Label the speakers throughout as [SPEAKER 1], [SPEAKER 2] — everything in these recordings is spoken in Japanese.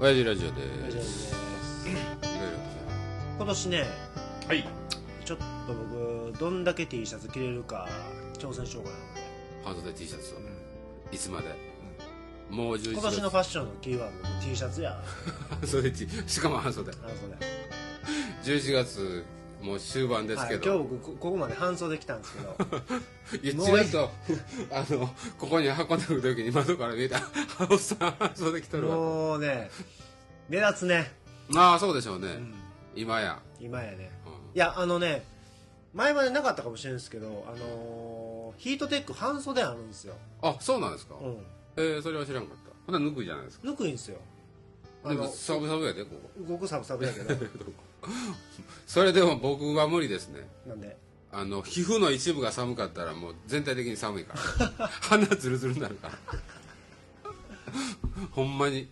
[SPEAKER 1] 親父ラジオで
[SPEAKER 2] ありがとうござ
[SPEAKER 1] ー
[SPEAKER 2] いますす
[SPEAKER 1] いろいろとね
[SPEAKER 2] 今年ね
[SPEAKER 1] はい
[SPEAKER 2] ちょっと僕どんだけ T シャツ着れるか挑戦しようかなと思
[SPEAKER 1] 半袖
[SPEAKER 2] って
[SPEAKER 1] T シャツをいつまでもう11
[SPEAKER 2] 今年のファッションのキーワード僕 T シャツや
[SPEAKER 1] 半袖 T しかも半袖
[SPEAKER 2] 半袖
[SPEAKER 1] 11月もう終盤です
[SPEAKER 2] はい、
[SPEAKER 1] け
[SPEAKER 2] 今日
[SPEAKER 1] ど、
[SPEAKER 2] 僕こここまで半袖来たんですけ ど
[SPEAKER 1] いや
[SPEAKER 2] もう
[SPEAKER 1] ちらっと あのここに運んでくる時に窓から見えた 「おっさん半袖着とるわ
[SPEAKER 2] もうね目立つね、」
[SPEAKER 1] まあそうでしょうね、
[SPEAKER 2] うん、
[SPEAKER 1] 今や、
[SPEAKER 2] 今やね
[SPEAKER 1] うん
[SPEAKER 2] いやあのね前までなかったかもしれないですけどあのーヒートテック半袖あるんですよ、
[SPEAKER 1] あそうなんですか、
[SPEAKER 2] うん、
[SPEAKER 1] えーそれは知らんかったほな脱ぐじゃないですか
[SPEAKER 2] ぬくいんですよあ
[SPEAKER 1] でも
[SPEAKER 2] の
[SPEAKER 1] サブサブやでここ
[SPEAKER 2] 動くサブサブ やけど
[SPEAKER 1] それでも僕は無理ですね
[SPEAKER 2] なんで
[SPEAKER 1] あの皮膚の一部が寒かったらもう全体的に寒いから 鼻ツルツルになるからほんまに、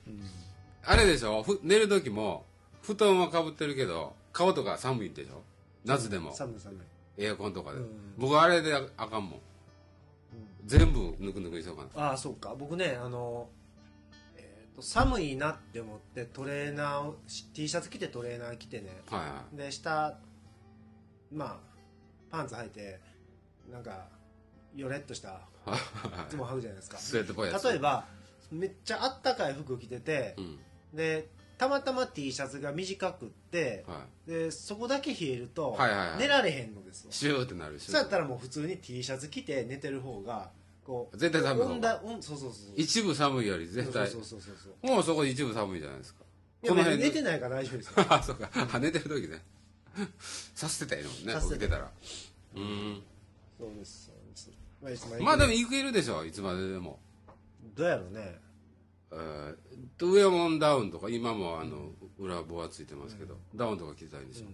[SPEAKER 1] あれでしょふ寝る時も布団はかぶってるけど顔とか寒いんでしょ夏でも、
[SPEAKER 2] 寒い寒い
[SPEAKER 1] エアコンとかで、
[SPEAKER 2] うん
[SPEAKER 1] 僕あれでああかんもん、全部ぬくぬくにしようかな
[SPEAKER 2] ああそうか僕ねあの、えーと寒いなって思ってトレーナーをし T シャツ着てトレーナー着てね
[SPEAKER 1] はいはい
[SPEAKER 2] で下まあパンツ履いてなんかヨレっとしたいつも履くじゃないですか
[SPEAKER 1] スウェットっぽいやつ
[SPEAKER 2] 例えばめっちゃあったかい服着てて
[SPEAKER 1] う、ん
[SPEAKER 2] でたまたま T シャツが短くって、
[SPEAKER 1] は
[SPEAKER 2] でそこだけ冷えると、
[SPEAKER 1] はいはいはい
[SPEAKER 2] 寝られへんのですよ
[SPEAKER 1] いシューってなるし
[SPEAKER 2] そうやったらもう普通に T シャツ着て寝てる方がこう
[SPEAKER 1] 絶対寒い方が
[SPEAKER 2] 温暖温そうそうそう
[SPEAKER 1] 一部寒いより絶対
[SPEAKER 2] そうそうそうそう
[SPEAKER 1] もうそこで一部寒いじゃないですか
[SPEAKER 2] そういや寝
[SPEAKER 1] で
[SPEAKER 2] てないから大丈夫ですよ
[SPEAKER 1] あそうかあ寝てる時ねさせてたらいいのもんね
[SPEAKER 2] させ
[SPEAKER 1] 起
[SPEAKER 2] て
[SPEAKER 1] きてたらうん
[SPEAKER 2] そうですそうですまあいつ
[SPEAKER 1] まあでも
[SPEAKER 2] い
[SPEAKER 1] いけるでしょいつまででも、
[SPEAKER 2] つどうやろうね
[SPEAKER 1] えー、上もダウンとか今もあの裏棒はついてますけど、ダウンとか着てたいんでしょ、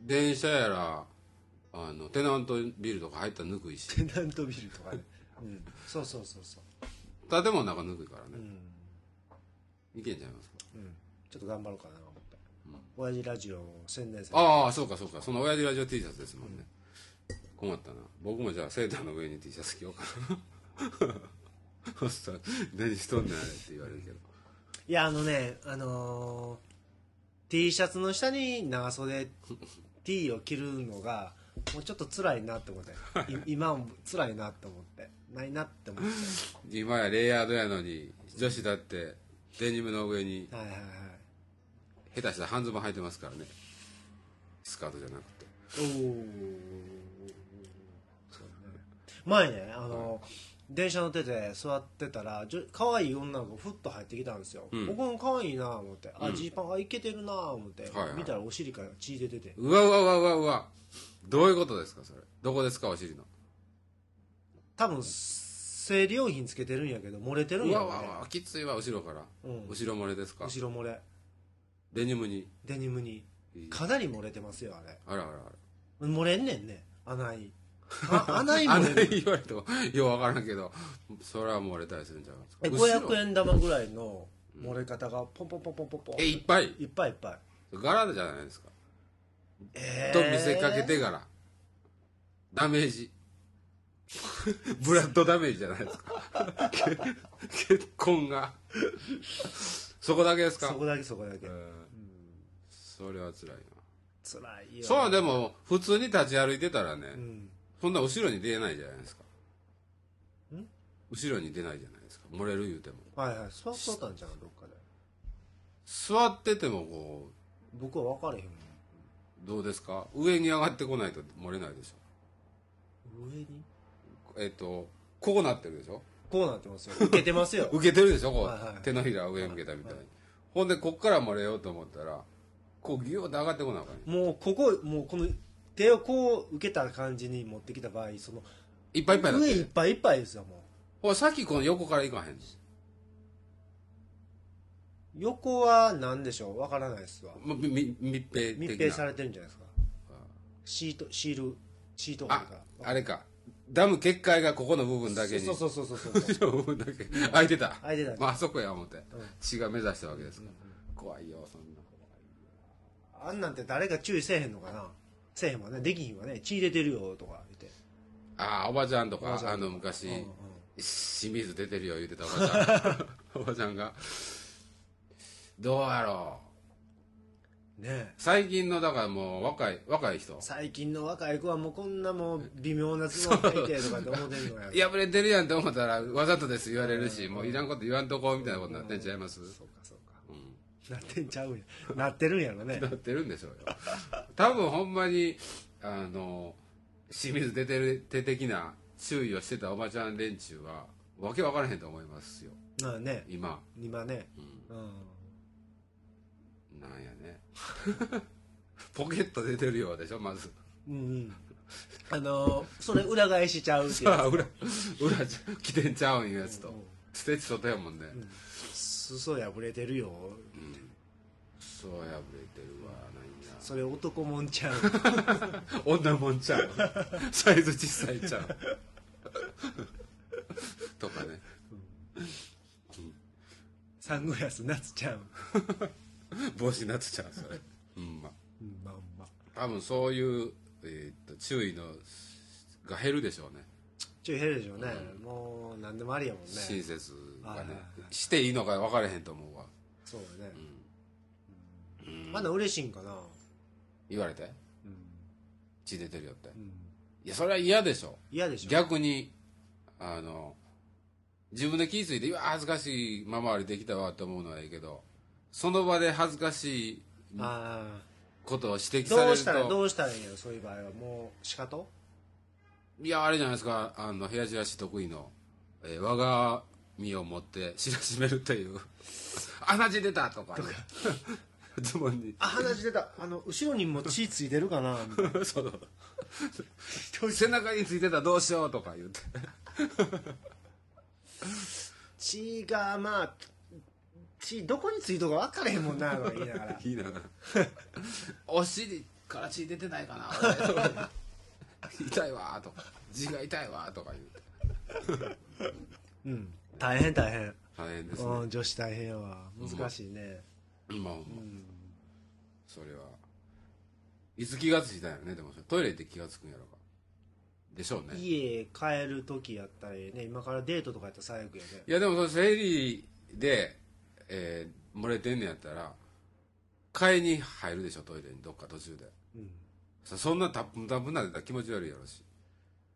[SPEAKER 1] 電車やらあのテナントビルとか入ったらぬくいし
[SPEAKER 2] テナントビルとか ね、うん、そうそうそうそう
[SPEAKER 1] 建物の中ぬくいから
[SPEAKER 2] う
[SPEAKER 1] ね、
[SPEAKER 2] ん、
[SPEAKER 1] いけんちゃいますか
[SPEAKER 2] うん、ちょっと頑張ろうかな思って、親父ラジオを宣伝され
[SPEAKER 1] ああそうかそうかその親父ラジオ T シャツですもんね、困ったな僕もじゃあセーターの上に T シャツ着ようかなそしたら「何しとんねんあれ」って言われるけど
[SPEAKER 2] いやあのねあのー、T シャツの下に 長袖 T を着るのがもうちょっと辛いなって思ってい今も辛いなって思ってないなって思って
[SPEAKER 1] 今やレイヤードやのに女子だってデニムの上に
[SPEAKER 2] はいはいはい
[SPEAKER 1] 下手したら半ズボン履いてますからねスカートじゃなくて
[SPEAKER 2] おお、そうね前ねあの、電車乗ってて座ってたらじょ可愛い女の子ふっと入ってきたんですよ、
[SPEAKER 1] うん
[SPEAKER 2] 僕も可愛いなぁ思ってあ
[SPEAKER 1] うん
[SPEAKER 2] ジー、パンあいけてるなぁ思って、
[SPEAKER 1] はいはい
[SPEAKER 2] 見たらお尻から血出てて
[SPEAKER 1] うわうわうわうわうわどういうことですかそれどこですかお尻の
[SPEAKER 2] 多分生理用品つけてるんやけど漏れてるん
[SPEAKER 1] う
[SPEAKER 2] や
[SPEAKER 1] わう
[SPEAKER 2] ろ
[SPEAKER 1] わ
[SPEAKER 2] ね
[SPEAKER 1] うわきついわ後ろから、
[SPEAKER 2] うん
[SPEAKER 1] 後ろ漏れですか
[SPEAKER 2] 後ろ漏れ
[SPEAKER 1] デニムに
[SPEAKER 2] デニムにかなり漏れてますよあれ
[SPEAKER 1] あらあらあら
[SPEAKER 2] 漏れんねんね穴い あ穴い
[SPEAKER 1] あん
[SPEAKER 2] 漏
[SPEAKER 1] な
[SPEAKER 2] れる
[SPEAKER 1] に言われてもようわからんけどそれは漏れたりするんじゃないですか
[SPEAKER 2] え500円玉ぐらいの漏れ方がポンポンポンポンポンポン
[SPEAKER 1] えいっぱい
[SPEAKER 2] いっぱいいっぱい
[SPEAKER 1] 柄じゃないですか、
[SPEAKER 2] え
[SPEAKER 1] と見せかけて柄ダメージ ブラッドダメージじゃないですか け血痕がそこだけですか
[SPEAKER 2] そこだけそこだけ
[SPEAKER 1] えーそれは辛いな
[SPEAKER 2] 辛いよ
[SPEAKER 1] そうでも普通に立ち歩いてたらね、
[SPEAKER 2] うん
[SPEAKER 1] そんな後ろに出ないじゃないですか後ろに出ないじゃないですか漏れる言うても
[SPEAKER 2] はいはい座っとったんじゃんどっかで
[SPEAKER 1] 座っててもこう
[SPEAKER 2] 僕は分かれへん
[SPEAKER 1] どうですか上に上がってこないと漏れないでし
[SPEAKER 2] もん上に
[SPEAKER 1] ょえっ、とこうなってるでしょ
[SPEAKER 2] こうなってますよ受けてますよ
[SPEAKER 1] 受けてるでしょこう、
[SPEAKER 2] はいはい
[SPEAKER 1] 手のひら上向けたみたいに、ほんでこっから漏れようと思ったらこうギューッと上がってこなあかんよ
[SPEAKER 2] もうここもうこの手をこう受けた感じに持ってきた場合その
[SPEAKER 1] いっぱいいっぱいだ
[SPEAKER 2] 上いっぱいいっぱいですよもう
[SPEAKER 1] ほらさっきこの横から行かへんし、
[SPEAKER 2] 横は何でしょうわからないですわ
[SPEAKER 1] ま、みみ密閉的な
[SPEAKER 2] 密閉されてるんじゃないですかシートシールシートが
[SPEAKER 1] あ
[SPEAKER 2] あるから
[SPEAKER 1] あれかダム決壊がここの部分だけに
[SPEAKER 2] そうそうそうそうそうそう
[SPEAKER 1] 後ろの 部分だけ開いてた
[SPEAKER 2] 開いてた
[SPEAKER 1] まああそこや思って、血が目指したわけですから、怖いよそんな
[SPEAKER 2] あんなんて誰か注意せえへんのかなせえへんわねできひんわね血出てるよとか言って
[SPEAKER 1] ああおばちゃんと
[SPEAKER 2] お
[SPEAKER 1] か
[SPEAKER 2] ばちゃんとか
[SPEAKER 1] あの昔、
[SPEAKER 2] うんうん
[SPEAKER 1] 清水出てるよ言うてたおばちゃんおばちゃんがどうやろう
[SPEAKER 2] ね
[SPEAKER 1] 最近のだからもう若い若い人
[SPEAKER 2] 最近の若い子はもうこんなもう微妙なズボン履いてとかって思ってんのやろ
[SPEAKER 1] 破れてるやんって思ったらわざとです言われるしもういらんこと言わんとこみたいなことになってんちゃいます
[SPEAKER 2] そうかそうか、なってんちゃうんやなってるんやろね
[SPEAKER 1] なってるんでしょうよ多分ほんまにあの清水出てる手的な注意をしてたおばちゃん連中はわけわからへんと思いますよ
[SPEAKER 2] まあね
[SPEAKER 1] 今
[SPEAKER 2] 今ね
[SPEAKER 1] うん
[SPEAKER 2] うん
[SPEAKER 1] なんや ねポケット出てるようでしょまず
[SPEAKER 2] うんうんあのーそれ裏返しちゃうっていうや
[SPEAKER 1] あ裏裏じゃ着てんちゃうんいうやつ
[SPEAKER 2] つう
[SPEAKER 1] と
[SPEAKER 2] ん
[SPEAKER 1] ステッチ外やもんね、
[SPEAKER 2] 裾破れてるよ
[SPEAKER 1] そう破れてるわなんや
[SPEAKER 2] それ男もんちゃう
[SPEAKER 1] 女もんちゃうサイズ小さいちゃうとかね
[SPEAKER 2] サングラス夏ちゃう
[SPEAKER 1] 帽子になっちゃうそれうんま
[SPEAKER 2] うんまんま
[SPEAKER 1] 多分そういう、えーっと注意のが減るでしょうね
[SPEAKER 2] ちょい減るでしょうね、もう何でもありやもんね
[SPEAKER 1] 親切が
[SPEAKER 2] はいはい
[SPEAKER 1] ね
[SPEAKER 2] は
[SPEAKER 1] していいのか分からへんと思うわ
[SPEAKER 2] そうだね、
[SPEAKER 1] うん
[SPEAKER 2] まだ嬉しいんかな
[SPEAKER 1] 言われて
[SPEAKER 2] うん、
[SPEAKER 1] 血出てるよって
[SPEAKER 2] うん、
[SPEAKER 1] いやそれは嫌でしょ
[SPEAKER 2] 嫌でしょ
[SPEAKER 1] 逆にあの自分で気ぃ付いて「うわ恥ずかしいままりできたわ」って思うのはいいけどその場で恥ずかしい
[SPEAKER 2] あ
[SPEAKER 1] ことを指摘
[SPEAKER 2] あ
[SPEAKER 1] されると
[SPEAKER 2] どうしたらどうしたらいいんやろそういう場合はもう仕方
[SPEAKER 1] いやあれじゃないですかあの部屋じらし得意の、えー我が身を持って知らしめるという 鼻血出たと か,、ズボンに
[SPEAKER 2] あ鼻血出たあの後ろにも血ついてるか な
[SPEAKER 1] そう背中についてたらどうしようとか言って
[SPEAKER 2] 血がまあ血どこについとるか分からへんもんなとか言いなが ら
[SPEAKER 1] 言いながら「お尻から血出てないかな俺」とか「 痛いわ」とか「字が痛いわ」とか言って
[SPEAKER 2] うん大変大変、
[SPEAKER 1] 大変ですね
[SPEAKER 2] うん、女子大変やわ難しいね、
[SPEAKER 1] 今思うそれはいつ気がついたんやろねでもそれトイレ行って気がつくんやろかでしょうね
[SPEAKER 2] 家帰る時やったらええね今からデートとかやったら最悪やね
[SPEAKER 1] いやでもその生理で、えー漏れてんねやったら買いに入るでしょトイレにどっか途中で
[SPEAKER 2] うん
[SPEAKER 1] そそんなタップンタップンなってたら気持ち悪いやろし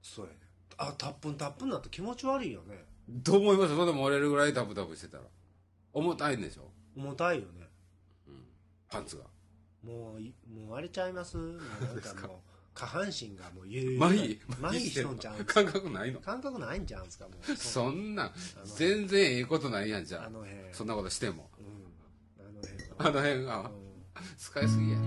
[SPEAKER 2] そうやねあタップンタップンなって気持ち悪いよね
[SPEAKER 1] どう思いますそんな漏れるぐらいタップタップしてたら重たいんでしょ
[SPEAKER 2] 重たいよね
[SPEAKER 1] パンツが
[SPEAKER 2] もういもうあれちゃいますもうなんかもう下半身がもうゆ
[SPEAKER 1] 麻痺
[SPEAKER 2] 麻痺
[SPEAKER 1] して
[SPEAKER 2] し
[SPEAKER 1] ん
[SPEAKER 2] と
[SPEAKER 1] の
[SPEAKER 2] んちゃうん
[SPEAKER 1] 感覚ないの
[SPEAKER 2] 感覚ないんちゃうんすかもう
[SPEAKER 1] そんなん全然ええことないやんじゃ
[SPEAKER 2] あ
[SPEAKER 1] あ
[SPEAKER 2] の辺
[SPEAKER 1] そんなことしても
[SPEAKER 2] うんあの辺
[SPEAKER 1] あの辺が
[SPEAKER 2] はうん
[SPEAKER 1] 使いすぎや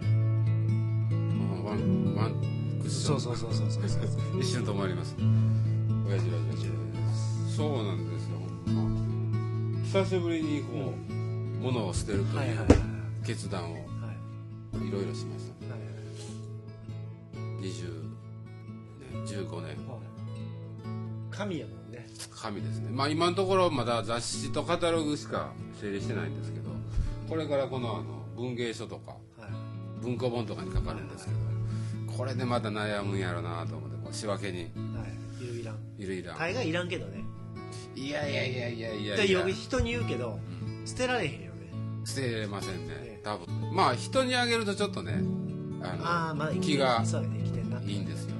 [SPEAKER 1] もうワンワンクッション
[SPEAKER 2] そうそうそうそうそうそう
[SPEAKER 1] 一瞬止まります親父親父そうなんですよほんま久しぶりにこう、物を捨てると
[SPEAKER 2] はい
[SPEAKER 1] い
[SPEAKER 2] はいは
[SPEAKER 1] う
[SPEAKER 2] い
[SPEAKER 1] 決断を
[SPEAKER 2] はい
[SPEAKER 1] いろいろしました
[SPEAKER 2] はいはい
[SPEAKER 1] 20年15年
[SPEAKER 2] 神やもんね
[SPEAKER 1] 神ですねまあ今のところまだ雑誌とカタログしか整理してないんですけどこれからこのあの文芸書とか
[SPEAKER 2] はい
[SPEAKER 1] 文庫本とかにかかるんですけどこれでまた悩むんやろなと思ってこう仕分けに
[SPEAKER 2] はいいるいらん
[SPEAKER 1] いるいらん
[SPEAKER 2] 大概いらんけどね
[SPEAKER 1] いやいやいやいやいや
[SPEAKER 2] で
[SPEAKER 1] いや
[SPEAKER 2] よ人に言うけど捨てられへんよね
[SPEAKER 1] 捨てれません
[SPEAKER 2] え
[SPEAKER 1] ね
[SPEAKER 2] え
[SPEAKER 1] 多分まあ人にあげるとちょっとね
[SPEAKER 2] あ
[SPEAKER 1] あ
[SPEAKER 2] あまだ生
[SPEAKER 1] の
[SPEAKER 2] きて
[SPEAKER 1] 気
[SPEAKER 2] る
[SPEAKER 1] が
[SPEAKER 2] そうやね生きてんない
[SPEAKER 1] いんですよ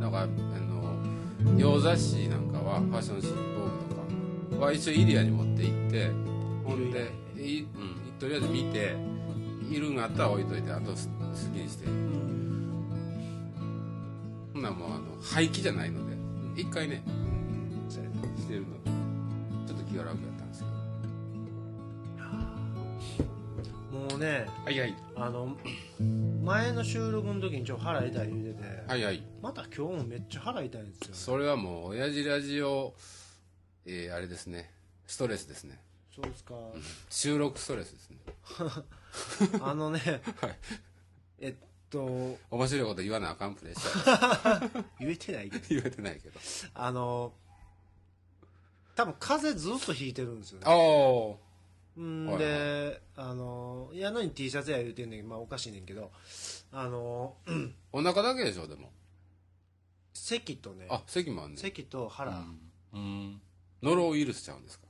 [SPEAKER 1] だからあの洋雑誌なんかはファッション誌ボーグとかは一応イリアに持って行ってほんでい、うん、とりあえず見ているんあったら置いといてあとす好きにしてほんならもうあの廃棄じゃないので一回ね
[SPEAKER 2] そうやね
[SPEAKER 1] してるのでちょっと気が楽やったんですけど
[SPEAKER 2] もうね
[SPEAKER 1] はいはい
[SPEAKER 2] あの前の収録の時にちょっと腹痛い言うてて、
[SPEAKER 1] はいはい
[SPEAKER 2] また今日もめっちゃ腹痛いんですよ
[SPEAKER 1] それはもう親父ラジオえーあれですねストレスですね
[SPEAKER 2] そうですか
[SPEAKER 1] 収録ストレスですね
[SPEAKER 2] あのね
[SPEAKER 1] はい
[SPEAKER 2] えっと
[SPEAKER 1] 面白いこと言わなあかんプレッシャー
[SPEAKER 2] 言えてないけど
[SPEAKER 1] 言えてないけ ど
[SPEAKER 2] あの多分風邪ずっとひいてるんですよね
[SPEAKER 1] ああ
[SPEAKER 2] うんであのいや何 T シャツや言うてんねんまあおかしいねんけどあの
[SPEAKER 1] お腹だけでしょでも
[SPEAKER 2] 咳とね
[SPEAKER 1] あ咳もあんね
[SPEAKER 2] 咳と
[SPEAKER 1] う
[SPEAKER 2] 腹、
[SPEAKER 1] ん、うん、ノロウイルスちゃうんですか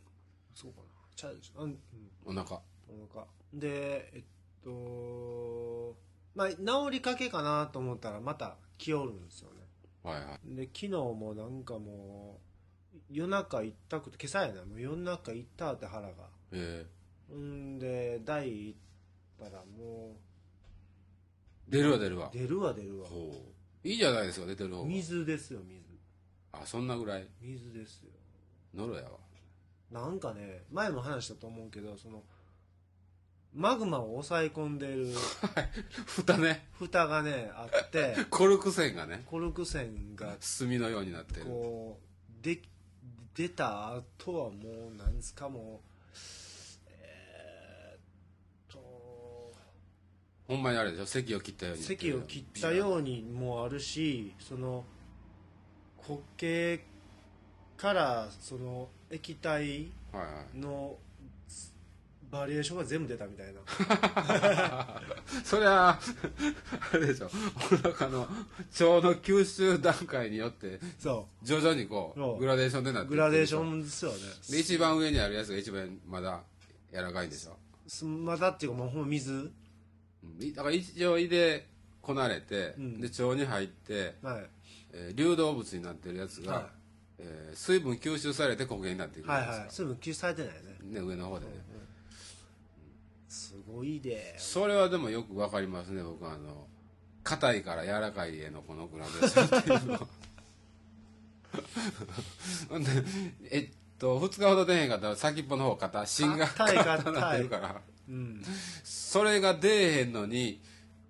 [SPEAKER 2] そうかなちゃうでしょうん
[SPEAKER 1] お腹
[SPEAKER 2] お腹でえっとまあ治りかけかなと思ったらまた来よるんですよね
[SPEAKER 1] はいはい
[SPEAKER 2] で昨日もなんかもう夜中行ったくて今朝やなもう夜中行ったって腹が
[SPEAKER 1] え
[SPEAKER 2] うんで大行ったらも
[SPEAKER 1] ー、出るわ出るわ
[SPEAKER 2] う出るわ出るわ
[SPEAKER 1] ほういいじゃないですか出てる方が
[SPEAKER 2] 水ですよ水
[SPEAKER 1] あそんなぐらい
[SPEAKER 2] 水ですよ
[SPEAKER 1] ノロやわ
[SPEAKER 2] なんかね前も話したと思うけどそのマグマを抑え込んでる
[SPEAKER 1] 蓋ね
[SPEAKER 2] 蓋がねあって
[SPEAKER 1] コルク線がね
[SPEAKER 2] コルク栓が
[SPEAKER 1] 炭のようになってる
[SPEAKER 2] こうで出た後はもうなんですかもうえー、っと
[SPEAKER 1] ほんまにあれでしょ席を切ったように
[SPEAKER 2] 席を切ったようにもあるしその固形からその液体
[SPEAKER 1] はいはい
[SPEAKER 2] のバリエーションが全部出たみた いな
[SPEAKER 1] そりゃあ あれでしょお腹の腸の吸収段階によって
[SPEAKER 2] そ
[SPEAKER 1] 徐々にこ
[SPEAKER 2] そう
[SPEAKER 1] うグラデーションでなっ
[SPEAKER 2] う
[SPEAKER 1] て
[SPEAKER 2] グラデーショ
[SPEAKER 1] ン
[SPEAKER 2] ンですよね
[SPEAKER 1] で一番上にあるやつが一番まだ柔らかいんでしょ
[SPEAKER 2] すまだっていうかもうほんま水
[SPEAKER 1] うんいだから一応胃でこなれて、
[SPEAKER 2] うん
[SPEAKER 1] で腸に入って、
[SPEAKER 2] はい
[SPEAKER 1] えー流動物になってるやつが、
[SPEAKER 2] はい
[SPEAKER 1] えー水分吸収されて固形になっていくじゃない
[SPEAKER 2] は
[SPEAKER 1] いですか、
[SPEAKER 2] はい水分吸収されてないよね
[SPEAKER 1] ね、上の方でね、
[SPEAKER 2] すごいで
[SPEAKER 1] それはでもよくわかりますね僕はあの硬いから柔らかいへのこのグラデーションっていうのは ほんでえっと2日ほど出へんかったら先っぽの方硬芯が
[SPEAKER 2] 硬い硬い
[SPEAKER 1] 硬なってるから
[SPEAKER 2] うん
[SPEAKER 1] それが出えへんのに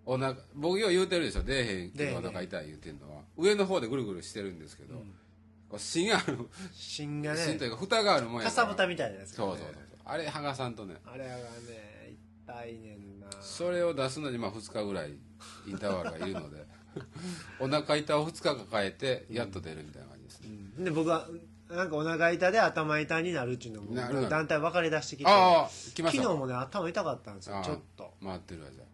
[SPEAKER 1] お腹僕よう言うてるでしょ出えへんけ
[SPEAKER 2] 出えへ
[SPEAKER 1] ど
[SPEAKER 2] ん
[SPEAKER 1] お腹痛い言うてんのは上の方でぐるぐるしてるんですけど、こう芯ある
[SPEAKER 2] 芯が
[SPEAKER 1] 芯
[SPEAKER 2] ね
[SPEAKER 1] というか蓋があるもんや
[SPEAKER 2] か
[SPEAKER 1] から
[SPEAKER 2] さぶたみたいなやつ、ね、
[SPEAKER 1] そうそうそうそうあれ剥がさんとね
[SPEAKER 2] あれがね痛いねんな
[SPEAKER 1] それを出すのにまあ2日ぐらいインターバルがいるの でお腹痛を2日抱えてやっと出るみたいな感じですね、
[SPEAKER 2] うんで僕はなんかお腹痛で頭痛になるっていうのも
[SPEAKER 1] なるなる
[SPEAKER 2] 団体分かれ出してきて
[SPEAKER 1] ああ来ま
[SPEAKER 2] 昨
[SPEAKER 1] し
[SPEAKER 2] 日
[SPEAKER 1] た
[SPEAKER 2] もね頭痛かったんですよ
[SPEAKER 1] あー
[SPEAKER 2] ちょっと
[SPEAKER 1] 回ってるわじゃあ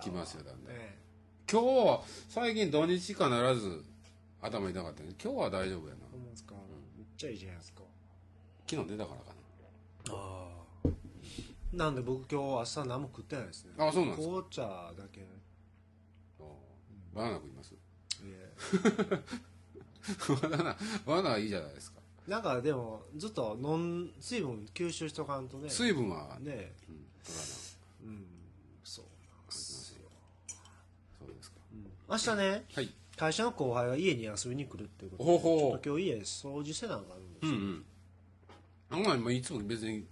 [SPEAKER 1] 来ますよだんだん
[SPEAKER 2] ね
[SPEAKER 1] 今日は最近土日必ず頭痛かったね今日は大丈夫やな
[SPEAKER 2] ほんまですかめっちゃいいじゃないですか
[SPEAKER 1] 昨日出たからか
[SPEAKER 2] ああなんで僕今日朝何も食ってないですね
[SPEAKER 1] なあそうなんですか
[SPEAKER 2] 紅茶だけ
[SPEAKER 1] あーバナナ食います
[SPEAKER 2] いえ
[SPEAKER 1] バナナバナナいいじゃないですか
[SPEAKER 2] なんかでもずっと飲ん水分吸収しとかんとね
[SPEAKER 1] 水分は、
[SPEAKER 2] ねえ
[SPEAKER 1] うん、取らな
[SPEAKER 2] うんそうなんですよ、
[SPEAKER 1] そうですか
[SPEAKER 2] うん明日ね
[SPEAKER 1] はい
[SPEAKER 2] 会社の後輩が家に遊びに来るっていうことで
[SPEAKER 1] ほうほう
[SPEAKER 2] ちょっと今日家掃除せなあかんんです
[SPEAKER 1] うん
[SPEAKER 2] よ、
[SPEAKER 1] うんあんまりもういつも別に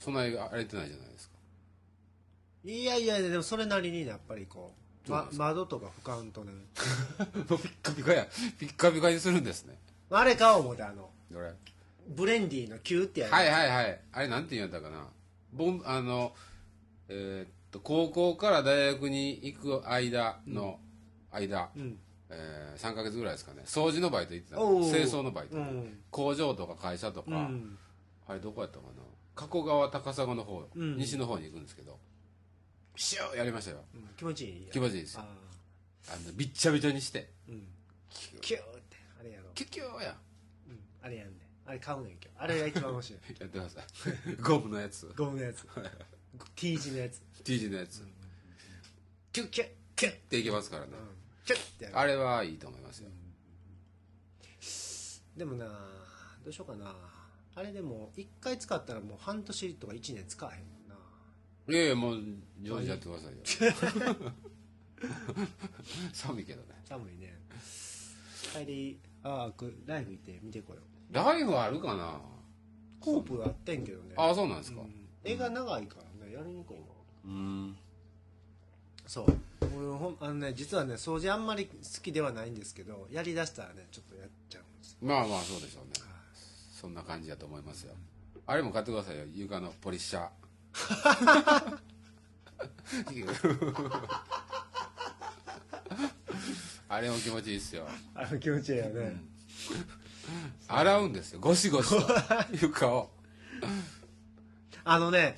[SPEAKER 1] 備え荒れてないじゃないですか
[SPEAKER 2] いやいやいやでもそれなりにやっぱりこう、
[SPEAKER 1] そうなん
[SPEAKER 2] ま
[SPEAKER 1] で、
[SPEAKER 2] 窓とか俯瞰とね
[SPEAKER 1] もうピッカピカや。ピッカピカにするんですね。
[SPEAKER 2] あれか思ってあの
[SPEAKER 1] どれはい
[SPEAKER 2] ブレンディーのキューってやる、
[SPEAKER 1] はいはい。あれなんて言うんだったかな。ボン、あの、えーっと、高校から大学に行く間の間、
[SPEAKER 2] うん
[SPEAKER 1] えー、3ヶ月ぐらいですかね。掃除のバイト行ってたの
[SPEAKER 2] おうおう
[SPEAKER 1] 清掃のバイト。
[SPEAKER 2] うん
[SPEAKER 1] 工場とか会社とか、
[SPEAKER 2] うん
[SPEAKER 1] あれどこやったかな。加古川高砂の方、
[SPEAKER 2] うん
[SPEAKER 1] 西の方に行くんですけど、シューやりましたよ。
[SPEAKER 2] うん気持ちいい
[SPEAKER 1] 気持ちいいですよ。
[SPEAKER 2] あ
[SPEAKER 1] あの、びっちゃびちゃにして、
[SPEAKER 2] ーうんキューってあれやろ、
[SPEAKER 1] キュッキューや。
[SPEAKER 2] うん、あれやんねあれ買うねん今日あれが一番面白い
[SPEAKER 1] やってください。ゴムのやつ、
[SPEAKER 2] ゴムの やつ T 字のやつ
[SPEAKER 1] T 字のやつ。
[SPEAKER 2] キュッキュッキュッ
[SPEAKER 1] でいけますからね、
[SPEAKER 2] キュッってやる
[SPEAKER 1] あれはいいと思いますよ、
[SPEAKER 2] でもなどうしようかなあれでも1回使ったらもう半年とか1年使わへんもんない
[SPEAKER 1] やいやもう上手にやってくださいよ寒いけどね
[SPEAKER 2] 寒いね帰りああこれライブ行って見てこよう
[SPEAKER 1] ライフあるかな
[SPEAKER 2] コープはあってんけどね
[SPEAKER 1] ああそうなんです
[SPEAKER 2] う
[SPEAKER 1] か
[SPEAKER 2] ん絵が長いからねやりにくいな
[SPEAKER 1] うん
[SPEAKER 2] そう俺ほんあのね実はね掃除あんまり好きではないんですけどやりだしたらねちょっとやっちゃうんですよ
[SPEAKER 1] まあまあそうでしょうねそんな感じだと思いますよあれも買ってくださいよ床のポリッシャーあれも気持ちいいっすよ
[SPEAKER 2] あの気持ちいいよね、
[SPEAKER 1] 洗うんですよゴシゴシと床を
[SPEAKER 2] あのね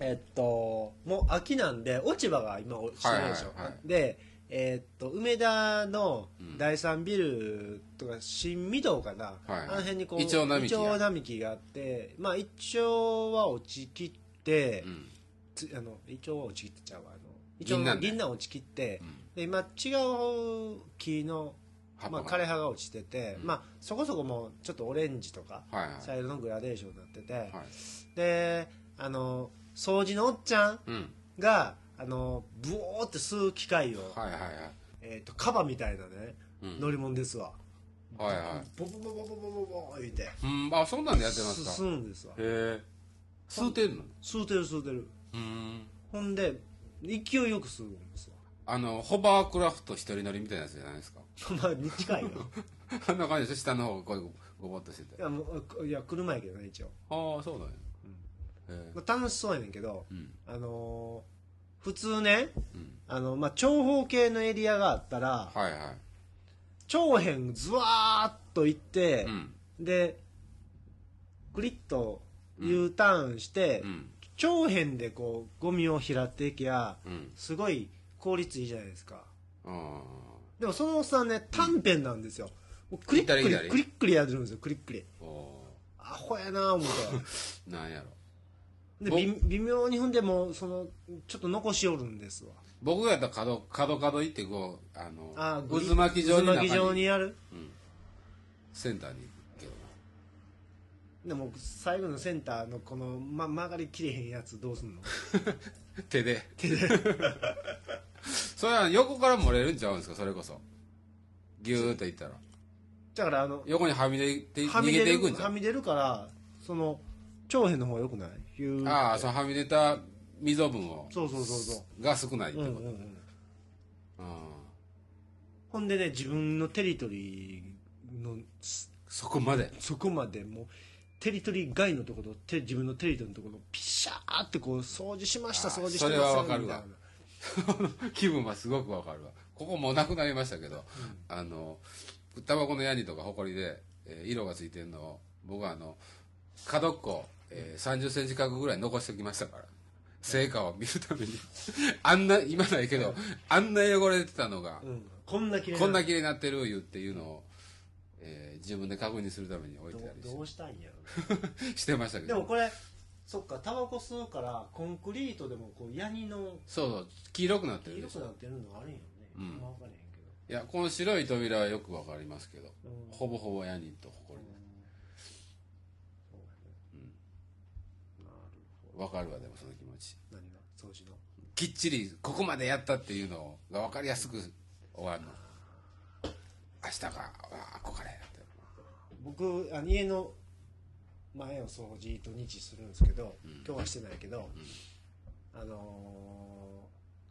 [SPEAKER 2] えっともう秋なんで落ち葉が今落ちてないでしょ、
[SPEAKER 1] はいはいはい
[SPEAKER 2] でえっと梅田の第三ビルとか新御堂かな、
[SPEAKER 1] はい
[SPEAKER 2] あの辺にこう
[SPEAKER 1] イチョウ並木が
[SPEAKER 2] イチョウ並木があってまあイチョウは落ちきって、
[SPEAKER 1] うん
[SPEAKER 2] つあのイチョウは落ちきってちゃうわあのイチョウ
[SPEAKER 1] 銀杏
[SPEAKER 2] の
[SPEAKER 1] ね
[SPEAKER 2] 銀杏落ちきって、
[SPEAKER 1] うん
[SPEAKER 2] で今違う木の、
[SPEAKER 1] 葉っぱ
[SPEAKER 2] まあ、
[SPEAKER 1] が
[SPEAKER 2] 枯れ葉が落ちてて、
[SPEAKER 1] うん
[SPEAKER 2] まあそこそこもうちょっとオレンジとか
[SPEAKER 1] はいはい
[SPEAKER 2] 茶色のグラデーションになってて、
[SPEAKER 1] はい
[SPEAKER 2] であの掃除のおっちゃん
[SPEAKER 1] うん
[SPEAKER 2] があのブオーって吸う機械を、
[SPEAKER 1] はいはいはい
[SPEAKER 2] えー、とカバみたいなね、
[SPEAKER 1] うん
[SPEAKER 2] 乗り物ですわ
[SPEAKER 1] はいはい
[SPEAKER 2] ボボボボボボボボ言うて
[SPEAKER 1] うんあそんなんでやってますか
[SPEAKER 2] 吸うんですわ
[SPEAKER 1] へえ吸うてんの
[SPEAKER 2] 吸うてる吸うてる
[SPEAKER 1] うん
[SPEAKER 2] ほんで勢いよく吸うんです
[SPEAKER 1] あのホバークラフト一人乗りみたいなやつじゃないですか
[SPEAKER 2] わまあに近いよ
[SPEAKER 1] あんな感じでしょ下の方がこうごぼっとしてて
[SPEAKER 2] いやもういや車やけどね一応、
[SPEAKER 1] ああそうだねへえ
[SPEAKER 2] まあ、楽しそうやねんけど
[SPEAKER 1] うん
[SPEAKER 2] あのー普通ね
[SPEAKER 1] うん
[SPEAKER 2] あの、まあ、長方形のエリアがあったら
[SPEAKER 1] はいはい
[SPEAKER 2] 長辺ずわーっと行って、
[SPEAKER 1] うん
[SPEAKER 2] でクリッと U ターンして、
[SPEAKER 1] うん
[SPEAKER 2] 長辺でこうゴミを拾っていきゃ
[SPEAKER 1] うん
[SPEAKER 2] すごい効率いいじゃないですか
[SPEAKER 1] あ
[SPEAKER 2] でもそのおっさんね短編なんですよ、もうクリックリ
[SPEAKER 1] 左左
[SPEAKER 2] クリックリやってるんですよクリックリ
[SPEAKER 1] あお
[SPEAKER 2] アホやな思って
[SPEAKER 1] ーなんやろ
[SPEAKER 2] で
[SPEAKER 1] ぼ
[SPEAKER 2] び微妙に踏んでもそのちょっと残しおるんですわ
[SPEAKER 1] 僕がやったら角角角行ってこうあの
[SPEAKER 2] あー
[SPEAKER 1] 渦巻き状に
[SPEAKER 2] 渦巻き
[SPEAKER 1] 中
[SPEAKER 2] 状
[SPEAKER 1] に
[SPEAKER 2] にやる
[SPEAKER 1] センターに行くけど
[SPEAKER 2] でも最後のセンターのこの、ま、曲がりきれへんやつどうすんの
[SPEAKER 1] な 手で手でそれは横から漏れるんちゃうんですかそれこそギューッといったら
[SPEAKER 2] だからあの
[SPEAKER 1] 横にはみ出て
[SPEAKER 2] は
[SPEAKER 1] 逃
[SPEAKER 2] み
[SPEAKER 1] げ
[SPEAKER 2] 出
[SPEAKER 1] て
[SPEAKER 2] る
[SPEAKER 1] いくんじゃ
[SPEAKER 2] は
[SPEAKER 1] ん
[SPEAKER 2] み出るからその長辺の方がよくないヒュー
[SPEAKER 1] ああそうはみ出た溝分を
[SPEAKER 2] そうそうそうそ
[SPEAKER 1] が少ないっ
[SPEAKER 2] う、
[SPEAKER 1] て
[SPEAKER 2] うん
[SPEAKER 1] こ
[SPEAKER 2] う
[SPEAKER 1] と、
[SPEAKER 2] んうん、
[SPEAKER 1] あ
[SPEAKER 2] ほんでね自分のテリトリーのす
[SPEAKER 1] あそこまで
[SPEAKER 2] そこまでもうテリトリー外のところて自分のテリトリーのところピシャーってこう掃除しました
[SPEAKER 1] あー
[SPEAKER 2] 掃除して
[SPEAKER 1] そ
[SPEAKER 2] ました
[SPEAKER 1] れはわかるわ
[SPEAKER 2] みたい な
[SPEAKER 1] 気分はすごくわかるわここもうなくなりましたけど、あのタバコのヤニとかホコリで、えー色がついてるのを僕はあの角っこ、え3 0ンチ角ぐらい残しておきましたから成果を見るためにあんな今ないけどあんな汚れてたのが、
[SPEAKER 2] うん、こんな綺麗
[SPEAKER 1] こんな綺麗になってるいうっていうのを、えー自分で確認するために置い
[SPEAKER 2] ど
[SPEAKER 1] てたり
[SPEAKER 2] うどうしたんやろ
[SPEAKER 1] ししてましたけ
[SPEAKER 2] で
[SPEAKER 1] ど
[SPEAKER 2] もこれそっかタバコ吸うからコンクリートでもこうヤニの
[SPEAKER 1] そうそう黄色くなってる
[SPEAKER 2] 色
[SPEAKER 1] でし
[SPEAKER 2] く
[SPEAKER 1] ょ
[SPEAKER 2] なってるのあるんよね、
[SPEAKER 1] うん
[SPEAKER 2] 今わかれへんけ
[SPEAKER 1] いやこの白い扉はよくわかりますけど
[SPEAKER 2] ど、うん
[SPEAKER 1] ほぼほぼヤニとホコリです
[SPEAKER 2] そうやねなるほど
[SPEAKER 1] わかるわでもその気持ち
[SPEAKER 2] 何が掃除の
[SPEAKER 1] きっちりここまでやったっていうのが分かりやすく終わるの明日があ憧れやって
[SPEAKER 2] 僕あの家の前を掃除と日するんですけど、
[SPEAKER 1] うん
[SPEAKER 2] 今日はしてないけど、あの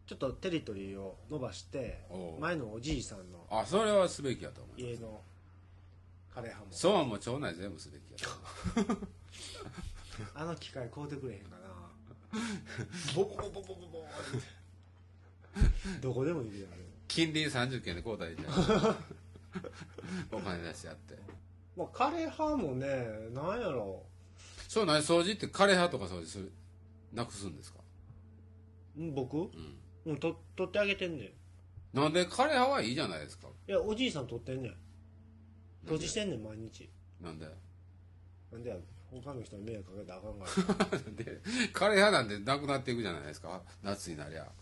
[SPEAKER 2] ーちょっとテリトリーを伸ばして
[SPEAKER 1] おう
[SPEAKER 2] 前のおじいさんの
[SPEAKER 1] あそれはすべきやと思う
[SPEAKER 2] 家の枯葉も
[SPEAKER 1] そうはもう町内全部すべきやと思う
[SPEAKER 2] あの機械買うてくれへんかな ボコボコボコボコボコってどこでもいるやんあれ
[SPEAKER 1] 近隣30軒で交代じゃん お金出しやって
[SPEAKER 2] まあ枯葉もねなんやろ
[SPEAKER 1] そうなん掃除って枯れ葉とか掃除するなくすんですか
[SPEAKER 2] ん僕、
[SPEAKER 1] ん
[SPEAKER 2] うん、と取ってあげてんねん
[SPEAKER 1] なんで枯れ葉はいいじゃないですか
[SPEAKER 2] いやおじいさん取ってんねん掃除してんねん毎日
[SPEAKER 1] なんで
[SPEAKER 2] なんでや他の人に迷惑かけたらあかんか
[SPEAKER 1] なんで枯れ葉なんてなくなっていくじゃないですか夏になりゃ
[SPEAKER 2] ら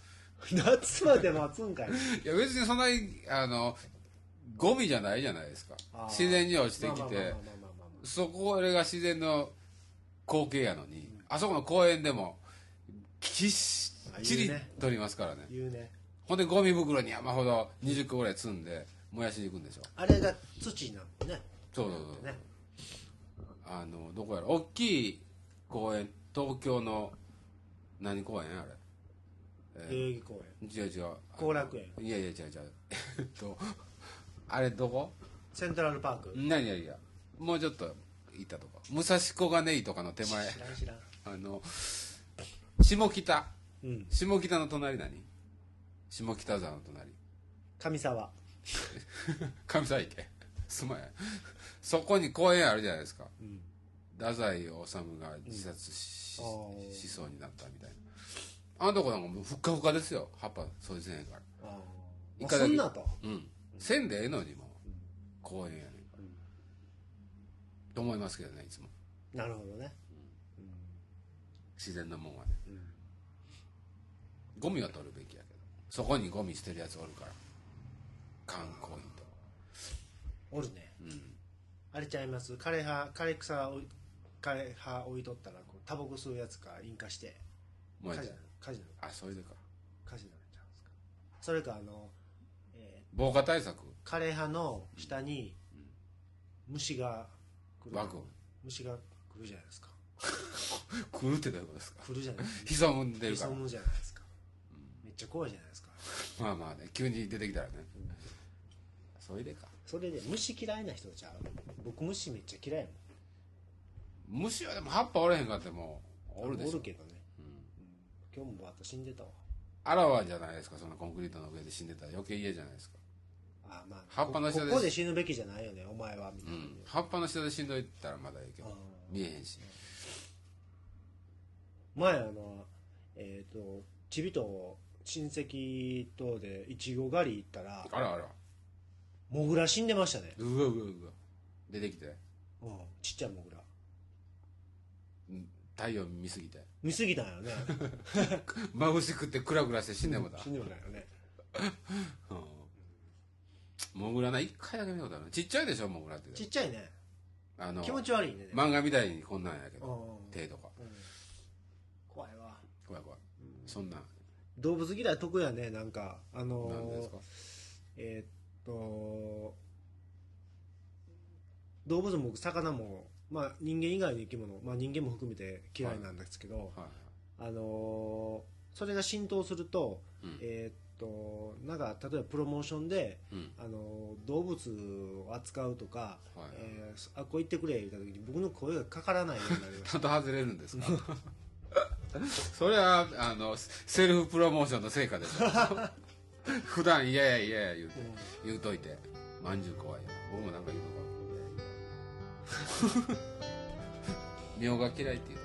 [SPEAKER 2] 夏まで待つんかい
[SPEAKER 1] いや別にそんなにあのゴミじゃないじゃないですか
[SPEAKER 2] あー
[SPEAKER 1] 自然に落ちてき
[SPEAKER 2] まあまあ
[SPEAKER 1] て
[SPEAKER 2] まあまあまあまあま
[SPEAKER 1] そこあれが自然の光景やのに、あそこの公園でもきっちり
[SPEAKER 2] あいいね
[SPEAKER 1] 取りますからね
[SPEAKER 2] あ言うね
[SPEAKER 1] ほんでゴミ袋に山ほど20個ぐらい積んで燃やしに行くんでしょ
[SPEAKER 2] あれが土になるね
[SPEAKER 1] そうそうそう、
[SPEAKER 2] ね
[SPEAKER 1] あのどこやろ大きい公園東京の何公園あれ
[SPEAKER 2] 代々木公園
[SPEAKER 1] 違う違う
[SPEAKER 2] 後楽園
[SPEAKER 1] いやいや違う違う えっとあれどこ
[SPEAKER 2] セントラルパーク
[SPEAKER 1] いやいやいやもうちょっと行ったとか武蔵小金井とかの手前
[SPEAKER 2] 知らん知らん
[SPEAKER 1] あの下北
[SPEAKER 2] うん
[SPEAKER 1] 下北の隣何下北沢の隣
[SPEAKER 2] 神沢
[SPEAKER 1] 上沢池すまんやそこに公園あるじゃないですか
[SPEAKER 2] うん
[SPEAKER 1] 太宰治が自殺し,、
[SPEAKER 2] うんあー
[SPEAKER 1] しそうになったみたいなあのとこなんかもうふっかふかですよ葉っぱそういうせんやから
[SPEAKER 2] あーも
[SPEAKER 1] 一
[SPEAKER 2] う
[SPEAKER 1] 回だ
[SPEAKER 2] そ
[SPEAKER 1] け
[SPEAKER 2] んなと
[SPEAKER 1] うんせんでええのにもう公園やねんから
[SPEAKER 2] うん
[SPEAKER 1] と思いますけどねいつも
[SPEAKER 2] なるほどね
[SPEAKER 1] 自然なもんはね
[SPEAKER 2] うんうん
[SPEAKER 1] ゴミは取るべきやけどそこにゴミ捨てるやつおるから観光員と
[SPEAKER 2] おるね
[SPEAKER 1] うん
[SPEAKER 2] あれちゃいます枯れ葉枯れ草を枯れ葉置いとったらこうタバコ吸うやつか引火して火
[SPEAKER 1] 燃え
[SPEAKER 2] 事
[SPEAKER 1] て
[SPEAKER 2] なの火事なの
[SPEAKER 1] あそれでか
[SPEAKER 2] 火事になっちゃうんですかそれかあの、え
[SPEAKER 1] 防火対策
[SPEAKER 2] ー枯れ葉の下に虫が来る
[SPEAKER 1] 枠
[SPEAKER 2] 虫が来るじゃないですか
[SPEAKER 1] 来るってどういうことですか
[SPEAKER 2] 来るじゃな いですか
[SPEAKER 1] 潜んでるから
[SPEAKER 2] 潜むじゃないですかめっちゃ怖いじゃないですか
[SPEAKER 1] まあまあね急に出てきたらねそれでか
[SPEAKER 2] それで虫嫌いな人ちゃう僕虫めっちゃ嫌いやもん
[SPEAKER 1] 虫はでも葉っぱ折れへんかってもうおるでしょ
[SPEAKER 2] けどね、うん今日もバッと死んでたわ
[SPEAKER 1] あらわじゃないですかそのコンクリートの上で死んでたら余計嫌じゃないですか、
[SPEAKER 2] あまあ
[SPEAKER 1] 葉っぱの下
[SPEAKER 2] こ
[SPEAKER 1] です
[SPEAKER 2] ここで死ぬべきじゃないよねお前はみた
[SPEAKER 1] う
[SPEAKER 2] いな、
[SPEAKER 1] ん、葉っぱの下で死んどいたらまだいいけ
[SPEAKER 2] あー
[SPEAKER 1] ど見えへんし
[SPEAKER 2] 前あのえっ、とちびと親狩りとでいちご狩り行ったら
[SPEAKER 1] あらあら
[SPEAKER 2] モグラ死んでましたね、
[SPEAKER 1] うわうわうわ出てきて
[SPEAKER 2] うん、ちっちゃいモグラ
[SPEAKER 1] うん太陽見すぎて
[SPEAKER 2] 見すぎたんよね
[SPEAKER 1] 眩しくてクラクラして死んでもだ、
[SPEAKER 2] 死んでもないよね
[SPEAKER 1] うんモグラな一回だけ見たことあるちっちゃいでしょモグラって
[SPEAKER 2] ちっちゃいね
[SPEAKER 1] あの
[SPEAKER 2] 気持ち悪いね、
[SPEAKER 1] 漫画みたいにこんなんやけ
[SPEAKER 2] う
[SPEAKER 1] ど
[SPEAKER 2] んうん
[SPEAKER 1] 手とか
[SPEAKER 2] 怖いわ
[SPEAKER 1] 怖い怖いそんなん
[SPEAKER 2] 動物嫌い得やねなんかあのー
[SPEAKER 1] なんでですか
[SPEAKER 2] えーっと動物も僕魚も、まあ、人間以外の生き物、まあ、人間も含めて嫌いなんですけど、
[SPEAKER 1] はいはい
[SPEAKER 2] あのーそれが浸透すると、
[SPEAKER 1] うん
[SPEAKER 2] えーっとなんか例えばプロモーションで、
[SPEAKER 1] うん
[SPEAKER 2] あのー動物を扱うとか、
[SPEAKER 1] はいはい
[SPEAKER 2] えーあこう言ってくれ言った時に僕の声がかからないようになりまし
[SPEAKER 1] ちゃんと外れるんですか それはあのセルフプロモーションの成果でしょ 普段いやいやいやいや言うて、言うといてまんじゅう怖いよ 僕もなんか言うとこみょうが嫌いっていう